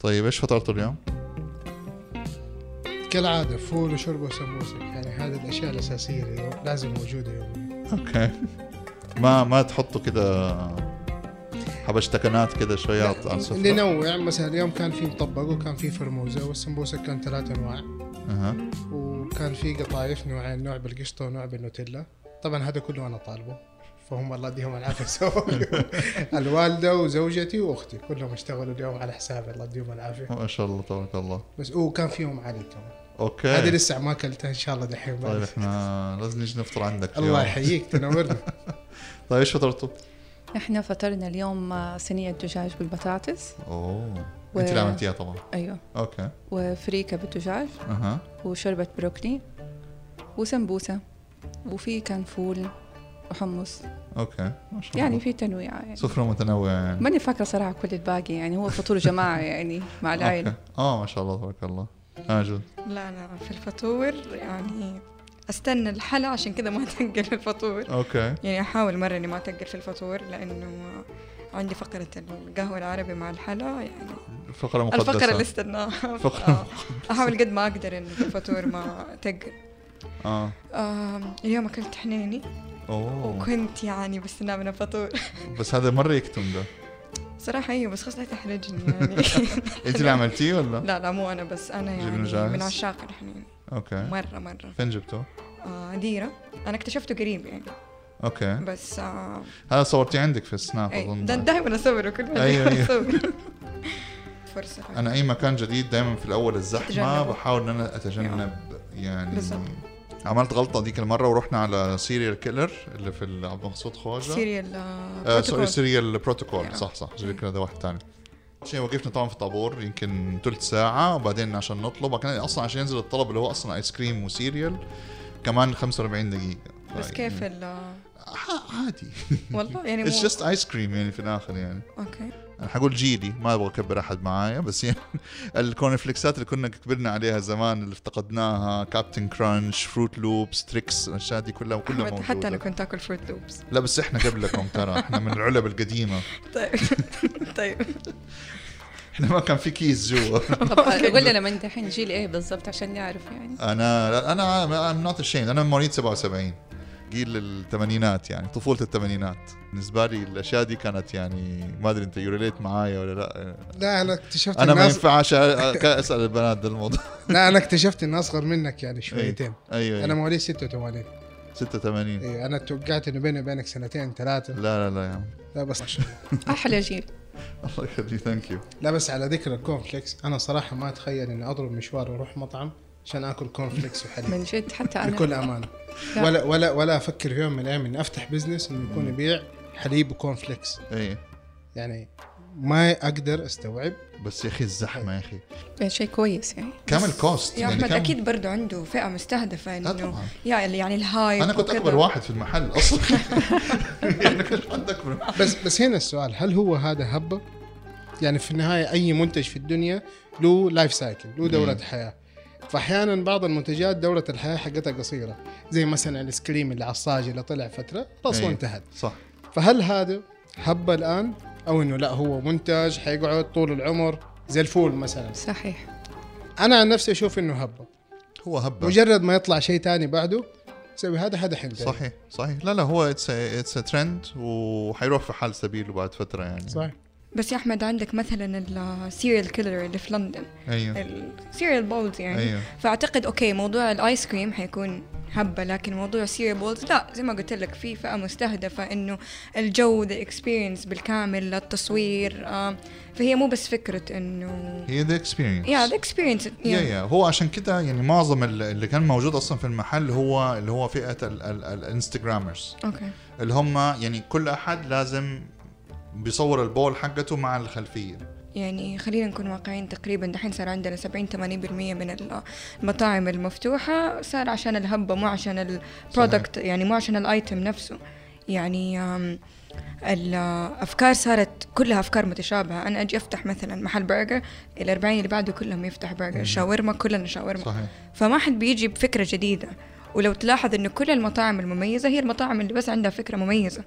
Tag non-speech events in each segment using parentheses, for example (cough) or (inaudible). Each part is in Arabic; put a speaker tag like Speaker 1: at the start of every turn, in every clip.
Speaker 1: طيب ايش فطرتوا اليوم؟
Speaker 2: كالعاده فول وشرب وسموسه يعني هذه الاشياء الاساسيه اللي لازم موجوده يوميا
Speaker 1: اوكي ما ما تحطوا كده حبشتكنات كده شوية على على السفرة
Speaker 2: ننوع مثلا اليوم كان في مطبق وكان في فرموزه والسمبوسه كان ثلاث انواع
Speaker 1: أها.
Speaker 2: وكان في قطايف نوعين نوع بالقشطه ونوع بالنوتيلا طبعا هذا كله انا طالبه فهم الله يديهم العافيه (laughs) سووا اليوم. الوالده وزوجتي واختي كلهم اشتغلوا اليوم على حسابي الله يديهم العافيه
Speaker 1: ما شاء الله تبارك الله
Speaker 2: بس وكان في يوم علي كمان هذه
Speaker 1: اوكي
Speaker 2: لسه ما اكلتها ان شاء الله دحين بعد.
Speaker 1: إيه. طيب احنا لازم نجي نفطر عندك
Speaker 2: الله
Speaker 1: اليوم.
Speaker 2: يحييك تنورنا
Speaker 1: طيب ايش فطرتوا؟
Speaker 3: احنا فطرنا اليوم آه، صينية دجاج بالبطاطس
Speaker 1: اوه
Speaker 3: و-
Speaker 1: انت اللي عملتيها طبعا
Speaker 3: ايوه
Speaker 1: اوكي
Speaker 3: وفريكة بالدجاج
Speaker 1: اها
Speaker 3: وشوربة بروكلي وسمبوسة وفي كان فول وحمص
Speaker 1: اوكي ما شاء الله
Speaker 3: يعني في تنويع يعني
Speaker 1: سفرة متنوعة يعني
Speaker 3: ماني فاكرة صراحة كل الباقي يعني هو فطور جماعة يعني مع العائلة
Speaker 1: أوكي. اه ما شاء الله تبارك الله آه، ها جود
Speaker 4: لا أنا في الفطور يعني أستنى الحلا عشان كذا ما (laughs) أتقل في الفطور
Speaker 1: اوكي
Speaker 4: يعني أحاول مرة إني ما أتقل في الفطور لأنه عندي فقرة القهوة العربي مع الحلا يعني
Speaker 1: الفقرة مقدسة
Speaker 4: الفقرة اللي استناها
Speaker 1: فقرة
Speaker 4: آه، أحاول قد ما أقدر إنه في الفطور ما أتقل
Speaker 1: اه
Speaker 4: آم، اليوم أكلت حنيني
Speaker 1: اوه
Speaker 4: وكنت يعني بستناه من الفطور
Speaker 1: بس هذا مرة يكتم ده
Speaker 4: صراحة أيوة بس خلاص لا تحرجني يعني
Speaker 1: (laughs) انت اللي عملتيه ولا؟
Speaker 4: لا لا مو أنا بس أنا
Speaker 1: جبنه
Speaker 4: يعني
Speaker 1: جاهز؟
Speaker 4: من عشاق الحنيني
Speaker 1: اوكي
Speaker 4: مرة مرة
Speaker 1: فين جبته؟
Speaker 4: آه، ديرة أنا اكتشفته قريب يعني
Speaker 1: اوكي
Speaker 4: بس آه،
Speaker 1: هذا صورتي عندك في السناب
Speaker 4: أي-
Speaker 1: اظن
Speaker 4: إيه، ده دائما أصوره كل ما
Speaker 1: أيوة، أيوة.
Speaker 4: أصور (laughs) فرصة
Speaker 1: انا اي مكان جديد دائما في الاول الزحمه
Speaker 4: تتجنبه.
Speaker 1: بحاول ان انا اتجنب يعني
Speaker 4: بالظبط.
Speaker 1: عملت غلطه ديك المره ورحنا على سيريال كيلر اللي في ال- عبد المقصود خواجه
Speaker 4: سيريال
Speaker 1: آه، سوري سيريال بروتوكول
Speaker 4: Yeah.
Speaker 1: صح صح سيريال كيلر ده واحد ثاني شيء وقفنا طبعا في طابور يمكن ثلث ساعة وبعدين عشان نطلب كان اصلا عشان ينزل الطلب اللي هو اصلا ايس كريم وسيريال كمان 45 دقيقة
Speaker 4: بس
Speaker 1: فيعني
Speaker 4: كيف
Speaker 1: (laughs)
Speaker 4: ال آه،
Speaker 1: ع- عادي
Speaker 4: والله يعني
Speaker 1: اتس
Speaker 4: مو
Speaker 1: جاست ايس كريم يعني في الاخر يعني
Speaker 4: اوكي
Speaker 1: انا حقول جيلي ما ابغى اكبر احد معايا بس يعني (laughs) الكورن فليكسات اللي كنا كبرنا عليها زمان اللي افتقدناها كابتن كرانش فروت لوبس تريكس الاشياء دي كلها كلها
Speaker 4: أحمد،
Speaker 1: موجوده
Speaker 4: حتى أنا كنت آكل فروت لوبس
Speaker 1: لا بس احنا قبلكم ترى احنا من العلب القديمه
Speaker 4: (laughs) طيب (laughs)
Speaker 1: (laughs)
Speaker 4: طيب
Speaker 1: احنا ما كان في كيس جوا
Speaker 3: (laughs) طب قول لنا من دحين جيل ايه بالضبط عشان نعرف يعني
Speaker 1: انا لا انا ام نوت اشيمد انا مواليد 77 جيل الثمانينات يعني طفوله الثمانينات بالنسبه لي الاشياء دي كانت يعني ما ادري انت يوريليت معايا ولا لا
Speaker 2: لا انا اكتشفت
Speaker 1: انا ما
Speaker 2: الناس
Speaker 1: ينفعش أ- أ- اسال البنات ده الموضوع
Speaker 2: لا انا اكتشفت اني اصغر منك يعني شويتين
Speaker 1: ايوه
Speaker 2: انا
Speaker 1: انا
Speaker 2: مواليد 86
Speaker 1: 86
Speaker 2: إيه انا توقعت انه بيني وبينك سنتين ثلاثه
Speaker 1: لا لا لا يا عم
Speaker 2: لا بس
Speaker 3: احلى جيل
Speaker 1: الله يخليك ثانك يو
Speaker 2: لا بس على ذكر الكونفليكس انا صراحه ما اتخيل اني اضرب مشوار واروح مطعم عشان اكل كونفليكس وحليب
Speaker 3: (laughs) من جد حتى
Speaker 2: بكل
Speaker 3: انا
Speaker 2: امانه
Speaker 3: لا.
Speaker 2: ولا ولا ولا افكر في يوم من الايام اني افتح بزنس انه يكون يبيع حليب وكونفليكس
Speaker 1: اي
Speaker 2: يعني ما اقدر استوعب
Speaker 1: بس يا اخي الزحمه يا اخي
Speaker 3: شيء كويس يعني
Speaker 1: كم الكوست
Speaker 4: يا أحمد
Speaker 1: كم-
Speaker 4: أكيد برضو عنده فئة مستهدفة
Speaker 1: لا طبعا
Speaker 4: إنه يا اللي يعني الهاي
Speaker 1: انا كنت اكبر واحد في المحل
Speaker 4: (laughs)
Speaker 1: اصلا يعني كنت حد اكبر واحد.
Speaker 2: بس بس هنا السؤال هل هو هذا هبه؟ يعني في النهايه اي منتج في الدنيا له لايف سايكل، له دوره
Speaker 1: مم.
Speaker 2: حياه. فاحيانا بعض المنتجات دوره الحياه حقتها قصيره، زي مثلا الايس كريم اللي على الصاج اللي طلع فتره خلاص
Speaker 1: إيه.
Speaker 2: وانتهت.
Speaker 1: صح
Speaker 2: فهل هذا هبه الان او انه لا هو منتج حيقعد طول العمر زي الفول مثلا.
Speaker 3: صحيح
Speaker 2: انا عن نفسي اشوف انه هبه،
Speaker 1: هو هبه
Speaker 2: مجرد ما يطلع شيء ثاني بعده سوي هذا حدا حينتهي.
Speaker 1: صحيح صحيح لا لا هو اتس اتس ترند وحيروح في حال سبيله بعد فتره يعني
Speaker 2: صح
Speaker 4: بس يا أحمد عندك مثلا السيريال كيلر اللي في لندن
Speaker 1: ايوه
Speaker 4: السيريال بولز يعني
Speaker 1: ايوه
Speaker 4: فاعتقد اوكي موضوع الايس كريم حيكون هبه لكن موضوع سيري بولز لا زي ما قلت لك في فئه مستهدفه انه الجو ذا اكسبيرينس بالكامل التصوير آه، فهي مو بس فكره انه
Speaker 1: هي ذا اكسبيرينس
Speaker 4: يا ذا اكسبيرينس
Speaker 1: يا يا هو عشان كده يعني معظم ال- اللي كان موجود اصلا في المحل هو اللي هو فئه ال- ال- الانستغرامرز
Speaker 4: اوكي
Speaker 1: اللي هم يعني كل احد لازم بيصور البول حقته مع الخلفيه
Speaker 4: يعني خلينا نكون واقعيين تقريبا دحين صار عندنا 70 80% من ال- المطاعم المفتوحه صار عشان الهبه مو عشان البرودكت يعني مو عشان الايتم نفسه يعني آم، الافكار صارت كلها افكار متشابهه انا اجي افتح مثلا محل برجر ال 40 اللي بعده كلهم يفتح برجر شاورما كلنا شاورما
Speaker 1: صحيح
Speaker 4: فما حد بيجي بفكرة جديدة ولو تلاحظ انه كل المطاعم المميزة هي المطاعم اللي بس عندها فكرة مميزة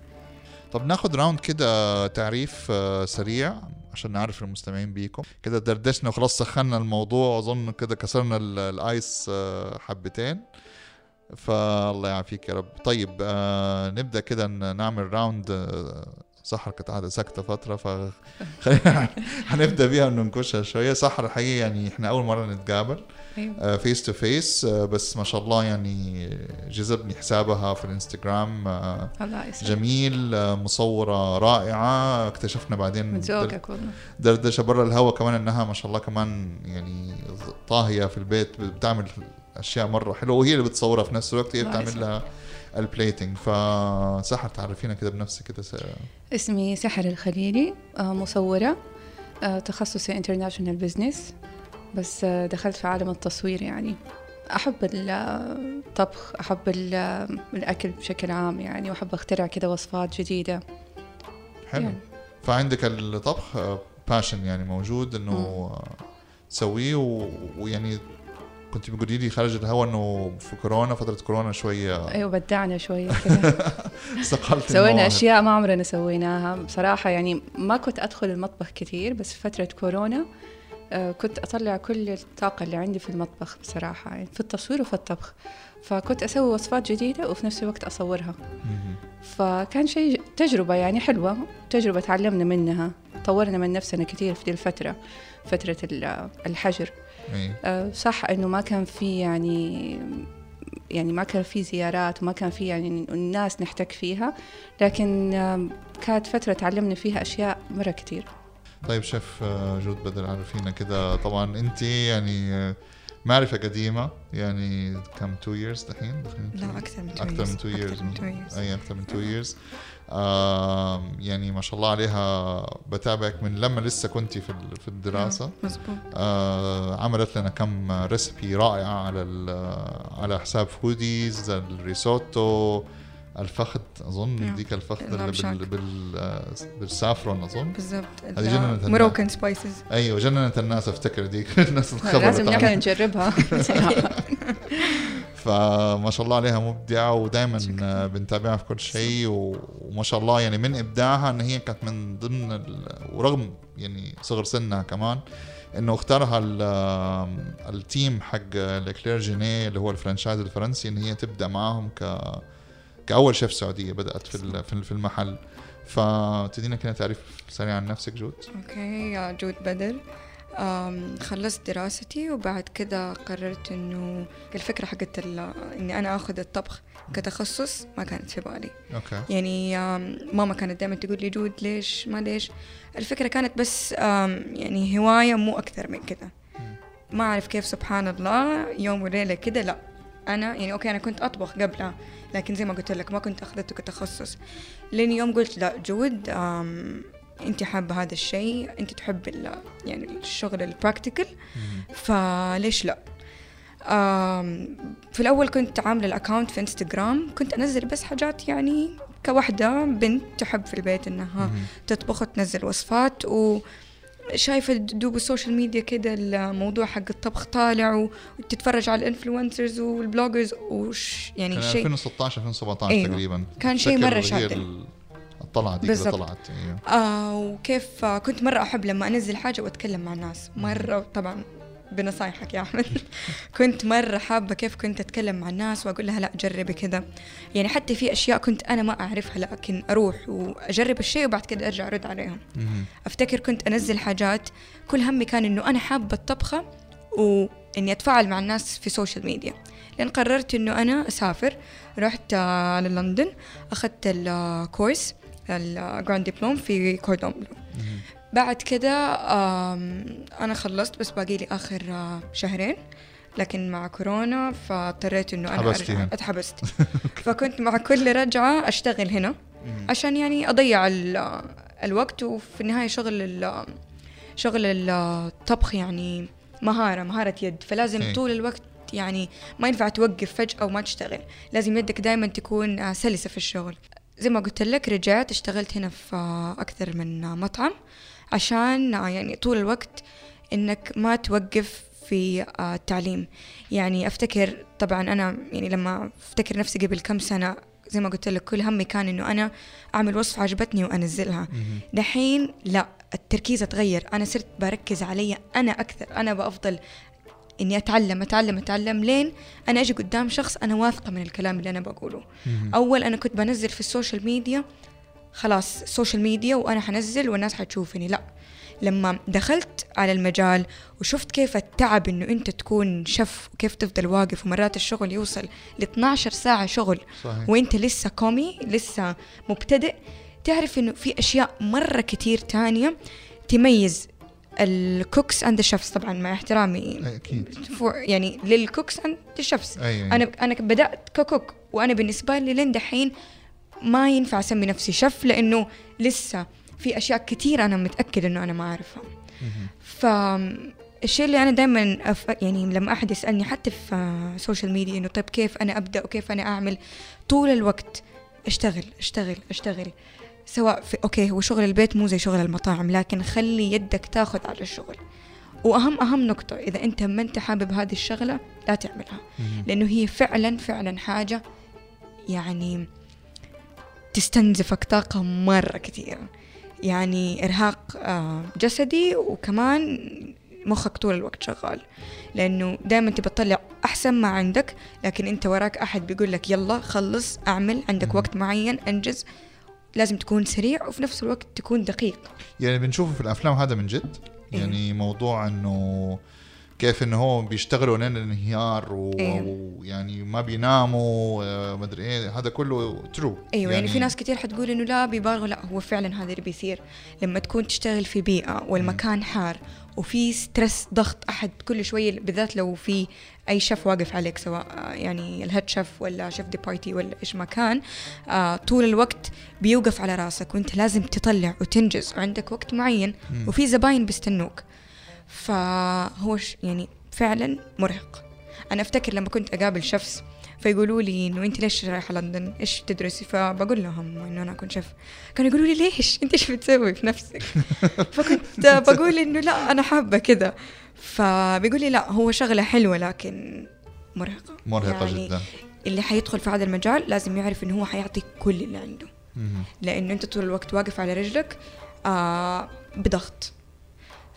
Speaker 1: طب ناخد راوند كده تعريف آه، سريع عشان نعرف المستمعين بيكم كده دردشنا وخلاص سخنا الموضوع اظن كده كسرنا ال- الايس آه، حبتين فالله يعافيك يا رب طيب آه نبدا كده ن- نعمل راوند آه، سحر كانت قاعده ساكته فتره (laughs) فخلينا هنبدا بيها ننكشها شويه سحر حقيقي يعني احنا اول مره نتقابل
Speaker 3: أيوة.
Speaker 1: فيس تو فيس آه، بس ما شاء الله يعني جذبني حسابها في الانستغرام آه،
Speaker 3: الله يسلمك
Speaker 1: جميل آه، مصورة رائعة اكتشفنا بعدين
Speaker 3: من
Speaker 1: در-
Speaker 3: ذوقك والله
Speaker 1: دردشة برا الهوا كمان انها ما شاء الله كمان يعني طاهية في البيت بتعمل اشياء مرة حلوة وهي اللي بتصورها في نفس الوقت هي
Speaker 3: الله
Speaker 1: بتعمل
Speaker 3: يسلمك.
Speaker 1: لها البليتنج فسحر تعرفينا كده بنفسك كده س-
Speaker 3: اسمي سحر الخليلي آه، مصورة آه، تخصصي انترناشونال بزنس بس آه، دخلت في عالم التصوير يعني أحب الطبخ أحب ال- آه، الأكل بشكل عام يعني وأحب أخترع كده وصفات جديدة
Speaker 1: حلو
Speaker 3: يعني.
Speaker 1: فعندك الطبخ باشن يعني موجود انه آه، تسويه و- ويعني كنت بتقولي لي خارج الهوا انه في كورونا فتره كورونا شويه
Speaker 3: أيوة بدعنا شوية كده
Speaker 1: استقلت
Speaker 3: سوينا
Speaker 1: المواهب.
Speaker 3: أشياء ما عمرنا سويناها بصراحة يعني ما كنت أدخل المطبخ كتير بس في فترة كورونا آه، كنت أطلع كل الطاقة اللي عندي في المطبخ بصراحة يعني في التصوير وفي الطبخ فكنت أسوي وصفات جديدة وفي نفس الوقت أصورها
Speaker 1: مهم.
Speaker 3: فكان شيء تجربة يعني حلوة تجربة تعلمنا منها طورنا من نفسنا كثير في دي الفترة فترة ال- الحجر
Speaker 1: إيه.
Speaker 3: أه، صح إنه ما كان في يعني يعني ما كان في زيارات وما كان في يعني الناس نحتك فيها لكن أم، كانت فترة تعلمنا فيها أشياء مرة كتير
Speaker 1: طيب شيف آه، جود بدر عرفينا كده طبعا انت يعني آه، معرفه قديمه يعني كم تو ييرز دحين داخلين two
Speaker 4: لا
Speaker 1: years؟
Speaker 4: اكثر من 2
Speaker 1: اكثر من 2
Speaker 4: اكثر من 2
Speaker 1: ييرز اي اكثر من 2 ييرز يعني ما شاء الله عليها بتابعك من لما لسه كنت في ال- في الدراسه
Speaker 4: مزبوط
Speaker 1: آه، عملت لنا كم ريسبي رائعه على ال- آه، على حساب فوديز الريسوتو الفخذ اظن
Speaker 4: نعم.
Speaker 1: ديك الفخذ اللي
Speaker 4: الأمشاك.
Speaker 1: بال, بال آه، بالسافرون اظن
Speaker 4: بالضبط
Speaker 1: جنة الناس.
Speaker 4: مروكن سبايسز
Speaker 1: ايوه جننت الناس افتكر ديك (laughs) الناس
Speaker 3: لازم
Speaker 1: انخبرت
Speaker 3: نحن
Speaker 1: عنها.
Speaker 3: نجربها
Speaker 1: فما شاء الله عليها مبدعه ودائما
Speaker 4: شكراً.
Speaker 1: بنتابعها في كل شيء و- وما شاء الله يعني من ابداعها ان هي كانت من ضمن ال- ورغم يعني صغر سنها كمان انه اختارها ال- التيم حق الاكلير جينيه اللي هو الفرنشايز الفرنسي ان هي تبدا معاهم ك كاول شيف سعوديه بدات في ال- في ال- في المحل فتدينا كده تعريف سريع عن نفسك جود
Speaker 4: اوكي يا جود بدر أم، خلصت دراستي وبعد كده قررت انه الفكره حقت ال- اني انا اخذ الطبخ كتخصص ما كانت في بالي
Speaker 1: اوكي
Speaker 4: يعني آم، ماما كانت دائما تقول لي جود ليش ما ليش الفكرة كانت بس آم، يعني هواية مو أكثر من كده ما أعرف كيف سبحان الله يوم وليلة كده لا أنا يعني أوكي أنا كنت أطبخ قبلها لكن زي ما قلت لك ما كنت أخذته كتخصص لين يوم قلت لا جود آم، أنت حابة هذا الشيء أنت تحب ال- يعني الشغل البراكتيكال يعني
Speaker 1: مم.
Speaker 4: فليش لا آم، في الأول كنت عاملة الأكاونت في انستغرام كنت أنزل بس حاجات يعني كوحدة بنت تحب في البيت إنها
Speaker 1: مم.
Speaker 4: تطبخ وتنزل وصفات وشايفة دوب السوشيال ميديا كده الموضوع حق الطبخ طالع وتتفرج على الانفلونسرز والبلوجرز وش يعني
Speaker 1: كان
Speaker 4: شيء
Speaker 1: 2016 2017
Speaker 4: أيوة.
Speaker 1: تقريبا
Speaker 4: كان شيء
Speaker 1: أتذكر
Speaker 4: مرة
Speaker 1: هي
Speaker 4: شاطر.
Speaker 1: ال- الطلعه دي كده
Speaker 4: بالضبط.
Speaker 1: طلعت ايوه
Speaker 4: آه وكيف آه، كنت مرة أحب لما أنزل حاجة وأتكلم مع الناس مرة طبعا بنصايحك يا أحمد (laughs) كنت مرة حابة كيف كنت أتكلم مع الناس وأقول لها لا جربي كذا يعني حتى في أشياء كنت أنا ما أعرفها لكن أروح وأجرب الشيء وبعد كده أرجع أرد عليهم
Speaker 1: مهم.
Speaker 4: افتكر كنت انزل حاجات كل همي كان انه انا حابه الطبخه واني اتفاعل مع الناس في السوشيال ميديا لان قررت انه انا اسافر رحت آه، للندن آه، اخذت الكورس الجراند دبلوم آه، في كوردون بلو
Speaker 1: مهم.
Speaker 4: بعد كده آم، انا خلصت بس باقي لي اخر آه، شهرين لكن مع كورونا فاضطريت انه انا
Speaker 1: اتحبستي
Speaker 4: ارجع
Speaker 1: هنا.
Speaker 4: اتحبست فكنت مع كل رجعه اشتغل هنا
Speaker 1: مم.
Speaker 4: عشان يعني اضيع ال- الوقت وفي النهايه شغل ال- شغل الطبخ يعني مهاره مهاره يد فلازم
Speaker 1: إيه.
Speaker 4: طول الوقت يعني ما ينفع توقف فجاه وما تشتغل لازم يدك دائما تكون آه، سلسه في الشغل زي ما قلت لك رجعت اشتغلت هنا في آه، اكثر من آه، مطعم عشان آه، يعني طول الوقت انك ما توقف في آه، التعليم يعني افتكر طبعا انا يعني لما افتكر نفسي قبل كم سنه زي ما قلت لك كل همي كان انه انا اعمل وصفه عجبتني وانزلها
Speaker 1: مهم.
Speaker 4: دحين لا التركيز اتغير انا صرت بركز علي انا اكثر انا بافضل اني اتعلم اتعلم اتعلم لين انا اجي قدام شخص انا واثقه من الكلام اللي انا بقوله
Speaker 1: مهم.
Speaker 4: اول انا كنت بنزل في السوشيال ميديا خلاص السوشيال ميديا وانا حنزل والناس حتشوفني لا لما دخلت على المجال وشفت كيف التعب انه انت تكون شف وكيف تفضل واقف ومرات الشغل يوصل ل 12 ساعه شغل
Speaker 1: صحيح
Speaker 4: وانت لسه كومي لسه مبتدئ تعرف انه في اشياء مره كتير تانية تميز الكوكس اند الشفس طبعا مع احترامي
Speaker 1: أي، اكيد
Speaker 4: فور- يعني للكوكس اند الشفس
Speaker 1: ايوه
Speaker 4: انا انا بدات ككوك وانا بالنسبه لي لين دحين ما ينفع اسمي نفسي شف لانه لسه في اشياء كتير انا متاكد انه انا ما اعرفها
Speaker 1: مهم.
Speaker 4: فالشيء اللي انا دائما أف... يعني لما احد يسالني حتى في آه، السوشيال ميديا انه طيب كيف انا ابدا وكيف انا اعمل طول الوقت اشتغل اشتغل اشتغل سواء في اوكي هو شغل البيت مو زي شغل المطاعم لكن خلي يدك تاخذ على الشغل واهم اهم نقطه اذا انت ما انت حابب هذه الشغله لا تعملها
Speaker 1: مهم.
Speaker 4: لانه هي فعلا فعلا حاجه يعني تستنزفك طاقه مره كثيره يعني ارهاق آه، جسدي وكمان مخك طول الوقت شغال لانه دائما تبى تطلع احسن ما عندك لكن انت وراك احد بيقول لك يلا خلص اعمل عندك
Speaker 1: مهم.
Speaker 4: وقت معين انجز لازم تكون سريع وفي نفس الوقت تكون دقيق
Speaker 1: يعني بنشوفه في الافلام هذا من جد
Speaker 4: إيه.
Speaker 1: يعني موضوع انه كيف انه هو بيشتغلوا لين الانهيار و-
Speaker 4: إيه.
Speaker 1: ويعني ما بيناموا آه، مدري ايه هذا كله ترو
Speaker 4: ايوه يعني, في ناس كتير حتقول انه لا بيبالغوا لا هو فعلا هذا اللي بيصير لما تكون تشتغل في بيئه والمكان حار وفي ستريس ضغط احد كل شويه بالذات لو في اي شيف واقف عليك سواء آه، يعني الهيد شيف ولا شيف دي بارتي ولا ايش ما كان آه طول الوقت بيوقف على راسك وانت لازم تطلع وتنجز وعندك وقت معين
Speaker 1: مم.
Speaker 4: وفي زباين بيستنوك فهو ش- يعني فعلا مرهق انا افتكر لما كنت اقابل شفس فيقولوا لي انه انت ليش رايحه لندن؟ ايش تدرسي؟ فبقول لهم انه انا اكون شيف كانوا يقولوا لي ليش؟ انت ايش بتسوي في
Speaker 1: (laughs)
Speaker 4: نفسك؟ فكنت بقول انه لا انا حابه كذا فبيقول لي لا هو شغله حلوه لكن مرهقه
Speaker 1: مرهقه
Speaker 4: يعني
Speaker 1: جدا
Speaker 4: اللي حيدخل في هذا المجال لازم يعرف انه هو حيعطي كل اللي عنده
Speaker 1: مهم.
Speaker 4: لانه انت طول الوقت واقف على رجلك آه بضغط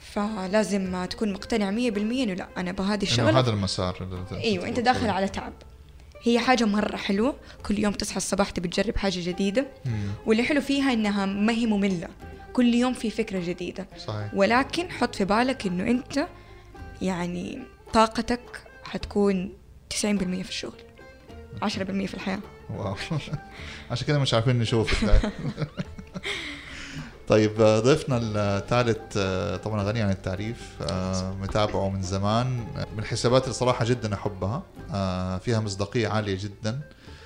Speaker 4: فلازم تكون مقتنع 100% انه لا انا بهذه
Speaker 1: إنه
Speaker 4: الشغله
Speaker 1: هذا المسار اللي-
Speaker 4: ايوه انت داخل على تعب هي حاجة مرة حلوة كل يوم تصحى الصباح تبي تجرب حاجة جديدة
Speaker 1: مم.
Speaker 4: واللي حلو فيها انها ما هي مملة كل يوم في فكرة جديدة
Speaker 1: صحيح
Speaker 4: ولكن حط في بالك انه انت يعني طاقتك حتكون 90% في الشغل 10% في الحياة
Speaker 1: واو (laughs) عشان كده مش عارفين نشوفك (laughs) طيب آه، ضيفنا الثالث آه، طبعا غني عن التعريف آه، متابعه من زمان آه، من الحسابات اللي صراحه جدا احبها آه، فيها مصداقيه عاليه جدا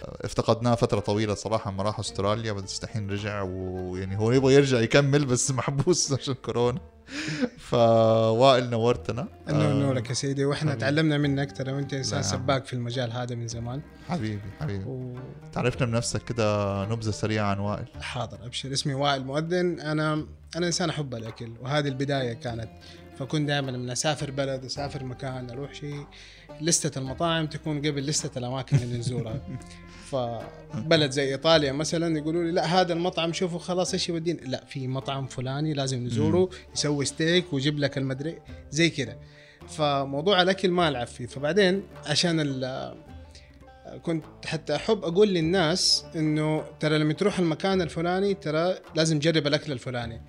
Speaker 1: آه، افتقدناه فتره طويله صراحه لما راح استراليا بس دحين رجع ويعني هو يبغى يرجع يكمل بس (laughs) محبوس عشان كورونا فوائل نورتنا
Speaker 2: انه
Speaker 1: آه، نعم.
Speaker 2: انه لك يا سيدي واحنا
Speaker 1: حبيبي.
Speaker 2: تعلمنا منك ترى انت
Speaker 1: لا.
Speaker 2: انسان سباك في المجال هذا من زمان
Speaker 1: حبيبي حبيبي
Speaker 2: و...
Speaker 1: تعرفنا بنفسك كده نبذه سريعه عن وائل
Speaker 2: حاضر ابشر اسمي وائل مؤذن انا انا انسان احب الاكل وهذه البدايه كانت فكنت دائما من اسافر بلد اسافر مكان اروح شيء لستة المطاعم تكون قبل لستة الاماكن اللي نزورها فبلد زي ايطاليا مثلا يقولوا لي لا هذا المطعم شوفوا خلاص ايش يودين لا في مطعم فلاني لازم نزوره يسوي ستيك ويجيب لك المدري زي كذا فموضوع الاكل ما العب فيه فبعدين عشان ال- كنت حتى احب اقول للناس انه ترى لما تروح المكان الفلاني ترى لازم تجرب الاكل الفلاني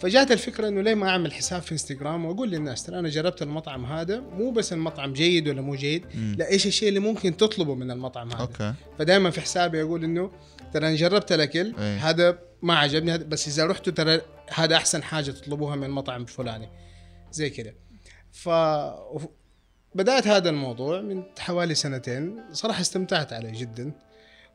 Speaker 2: فجات الفكره انه ليه ما اعمل حساب في انستغرام واقول للناس ترى انا جربت المطعم هذا مو بس المطعم جيد ولا مو جيد
Speaker 1: مم.
Speaker 2: لا ايش الشيء اللي ممكن تطلبه من المطعم هذا
Speaker 1: اوكي
Speaker 2: فدائما في حسابي اقول انه ترى انا جربت الاكل
Speaker 1: إيه.
Speaker 2: هذا ما عجبني هذا بس اذا رحتوا ترى هذا احسن حاجه تطلبوها من المطعم الفلاني زي كذا ف وف- بدات هذا الموضوع من حوالي سنتين صراحه استمتعت عليه جدا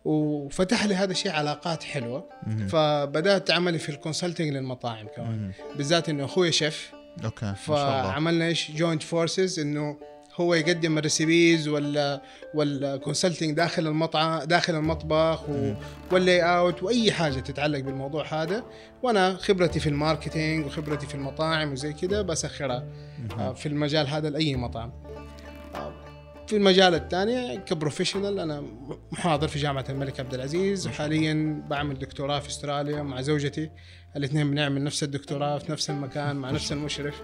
Speaker 2: وفتح لي هذا الشيء علاقات حلوه
Speaker 1: مهم.
Speaker 2: فبدات عملي في الكونسلتنج للمطاعم كمان
Speaker 1: مم.
Speaker 2: بالذات انه اخوي شيف
Speaker 1: اوكي ما شاء الله
Speaker 2: فعملنا ايش جوينت فورسز انه هو يقدم الريسيبيز ولا والكونسلتنج داخل المطعم داخل المطبخ و- واللاي اوت واي حاجه تتعلق بالموضوع هذا وانا خبرتي في الماركتينج وخبرتي في المطاعم وزي كده بسخرها آه،
Speaker 1: مهم.
Speaker 2: في المجال هذا لاي مطعم آه، في المجال الثاني كبروفيشنال انا محاضر في جامعه الملك عبد العزيز وحاليا بعمل دكتوراه في استراليا مع زوجتي الاثنين بنعمل نفس الدكتوراه في نفس المكان مع نفس المشرف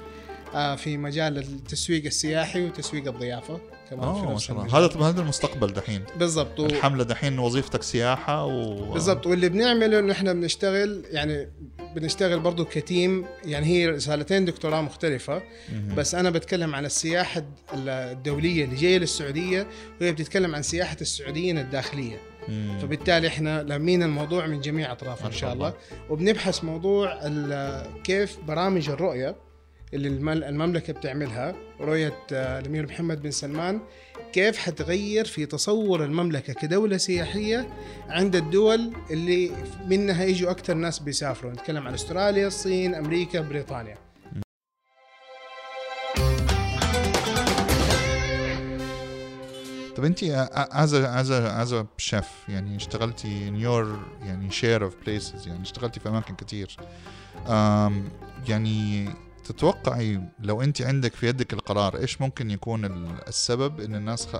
Speaker 2: آه، في مجال التسويق السياحي وتسويق الضيافه كمان في
Speaker 1: اه ما
Speaker 2: نفس
Speaker 1: شاء الله
Speaker 2: المجال.
Speaker 1: هذا هذا المستقبل دحين
Speaker 2: بالضبط و-
Speaker 1: الحمله دحين وظيفتك سياحه و
Speaker 2: بالضبط واللي بنعمله انه احنا بنشتغل يعني بنشتغل برضه كتيم يعني هي رسالتين دكتوراه مختلفه
Speaker 1: مهم.
Speaker 2: بس انا بتكلم عن السياحه ال- الدوليه اللي جايه للسعوديه وهي بتتكلم عن سياحه السعوديين الداخليه
Speaker 1: مم.
Speaker 2: فبالتالي احنا لامين الموضوع من جميع اطرافه
Speaker 1: ما
Speaker 2: ان شاء الله وبنبحث موضوع ال- كيف برامج الرؤيه اللي المل- المملكه بتعملها رؤيه آه، الامير محمد بن سلمان كيف حتغير في تصور المملكه كدوله سياحيه عند الدول اللي منها يجوا اكثر ناس بيسافروا نتكلم عن استراليا الصين امريكا بريطانيا
Speaker 1: طب آه، انت از از از شيف يعني اشتغلتي in your يعني شير اوف بليسز يعني اشتغلتي في اماكن كتير أم يعني تتوقعي لو انت عندك في يدك القرار ايش ممكن يكون ال- السبب ان الناس خ...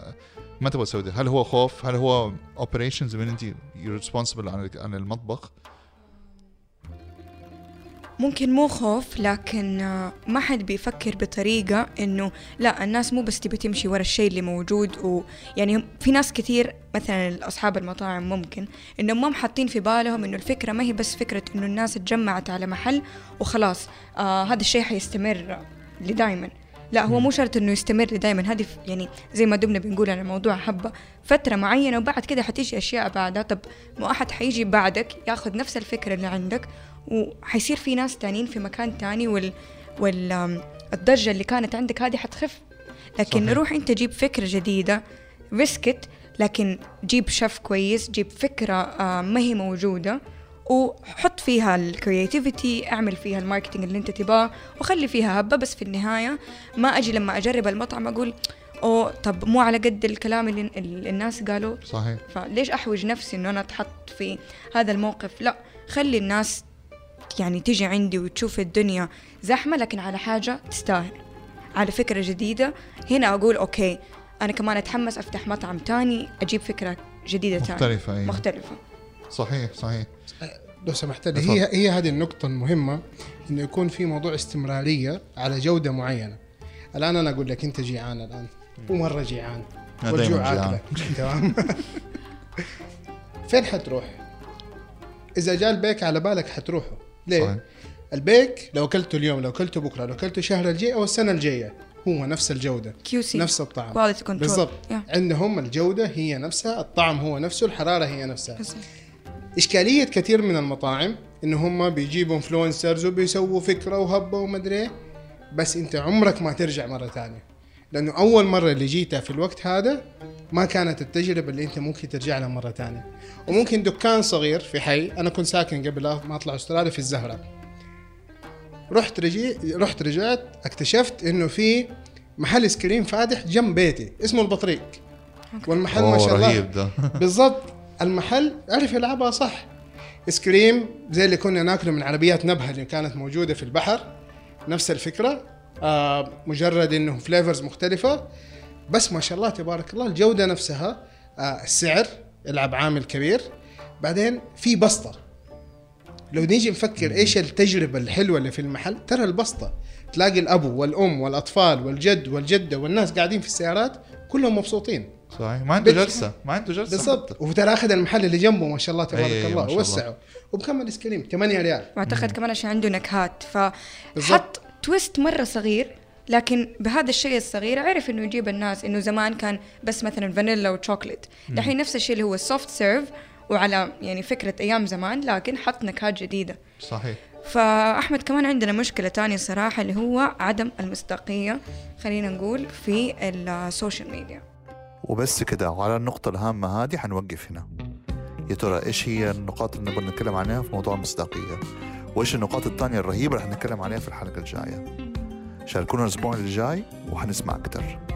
Speaker 1: ما تبغى تسوي ده؟ هل هو خوف هل هو اوبريشنز من انت يو ريسبونسبل عن عن المطبخ
Speaker 4: ممكن مو خوف لكن آه، ما حد بيفكر بطريقة إنه لا الناس مو بس تبي تمشي ورا الشيء اللي موجود ويعني يعني هم- في ناس كثير مثلا أصحاب المطاعم ممكن إنهم ما محاطين في بالهم إنه الفكرة ما هي بس فكرة إنه الناس اتجمعت على محل وخلاص آه هذا الشيء حيستمر لدائما لا هو مو شرط انه يستمر دائما هذه ف- يعني زي ما دمنا بنقول عن الموضوع حبه فتره معينه وبعد كده حتيجي اشياء بعدها طب مو احد حيجي بعدك ياخذ نفس الفكره اللي عندك وحيصير في ناس تانيين في مكان تاني وال وال آم، الضجه اللي كانت عندك هذه حتخف لكن
Speaker 1: صحيح.
Speaker 4: صحيح. روح انت جيب فكره جديده ريسكت لكن جيب شيف كويس جيب فكره آه، ما هي موجوده وحط فيها الكرياتيفيتي اعمل فيها الماركتينج اللي انت تباه وخلي فيها هبه بس في النهايه ما اجي لما اجرب المطعم اقول او طب مو على قد الكلام اللي اللي الناس قالوا
Speaker 1: صحيح
Speaker 4: فليش احوج نفسي انه انا اتحط في هذا الموقف لا خلي الناس يعني تيجي عندي وتشوف الدنيا زحمه لكن على حاجه تستاهل على فكره جديده هنا اقول اوكي انا كمان اتحمس افتح مطعم تاني اجيب فكره جديده تاني
Speaker 1: مختلفه ايوه
Speaker 4: مختلفه
Speaker 1: صحيح صحيح
Speaker 2: لو سمحت لي
Speaker 1: تفضل.
Speaker 2: هي هي هذه النقطة المهمة انه يكون في موضوع استمرارية على جودة معينة. الان انا اقول لك انت جيعان الان ومرة جيعان
Speaker 1: أنا
Speaker 2: والجوع
Speaker 1: دايماً جيعان.
Speaker 2: عاقلك (laughs) تمام فين حتروح؟ اذا جاء البيك على بالك حتروحه ليه؟
Speaker 1: صحيح.
Speaker 2: البيك لو اكلته اليوم لو اكلته بكره لو اكلته الشهر الجاي او السنه الجايه هو نفس الجوده
Speaker 4: كيو سي
Speaker 2: نفس الطعم
Speaker 4: كواليتي كنترول
Speaker 2: بالضبط عندهم الجوده هي نفسها الطعم هو نفسه الحراره هي نفسها اشكاليه كثير من المطاعم ان هم بيجيبوا انفلونسرز وبيسووا فكره وهبه ومدري إيه، بس انت عمرك ما ترجع مره ثانيه لانه اول مره اللي جيتها في الوقت هذا ما كانت التجربه اللي انت ممكن ترجع لها مره ثانيه وممكن دكان صغير في حي انا كنت ساكن قبل ما اطلع استراليا في الزهره رحت رجي رحت رجعت اكتشفت انه في محل ايس كريم فاتح جنب بيتي اسمه البطريق والمحل ما
Speaker 1: اوه
Speaker 2: شاء الله
Speaker 1: رهيب ده (laughs)
Speaker 2: بالضبط المحل عرف يلعبها صح ايس كريم زي اللي كنا ناكله من عربيات نبهه اللي كانت موجوده في البحر نفس الفكره آه مجرد انه فليفرز مختلفه بس ما شاء الله تبارك الله الجوده نفسها آه السعر يلعب عامل كبير بعدين في بسطه لو نيجي نفكر ايش التجربه الحلوه اللي في المحل ترى البسطه تلاقي الابو والام والاطفال والجد والجده والناس قاعدين في السيارات كلهم مبسوطين
Speaker 1: صحيح ما عنده
Speaker 2: بالفعل.
Speaker 1: جلسه ما عنده جلسه
Speaker 2: بالضبط وترى اخذ المحل اللي جنبه ما شاء الله تبارك
Speaker 1: أي- أي، ما شاء
Speaker 2: الله
Speaker 1: الله.
Speaker 2: وسعه وبكم الايس كريم 8 ريال
Speaker 4: واعتقد كمان عشان عنده نكهات
Speaker 2: بالضبط.
Speaker 4: فحط تويست مره صغير لكن بهذا الشيء الصغير عرف انه يجيب الناس انه زمان كان بس مثلا فانيلا وشوكليت دحين نفس الشيء اللي هو السوفت سيرف وعلى يعني فكره ايام زمان لكن حط نكهات جديده
Speaker 1: صحيح
Speaker 4: فاحمد كمان عندنا مشكله تانية صراحه اللي هو عدم المصداقيه خلينا نقول في السوشيال ميديا
Speaker 1: وبس كده وعلى النقطة الهامة هذه حنوقف هنا يا ترى ايش هي النقاط اللي نبغى نتكلم عنها في موضوع المصداقية وايش النقاط الثانية الرهيبة اللي حنتكلم عليها في الحلقة الجاية شاركونا الأسبوع اللي جاي وحنسمع أكتر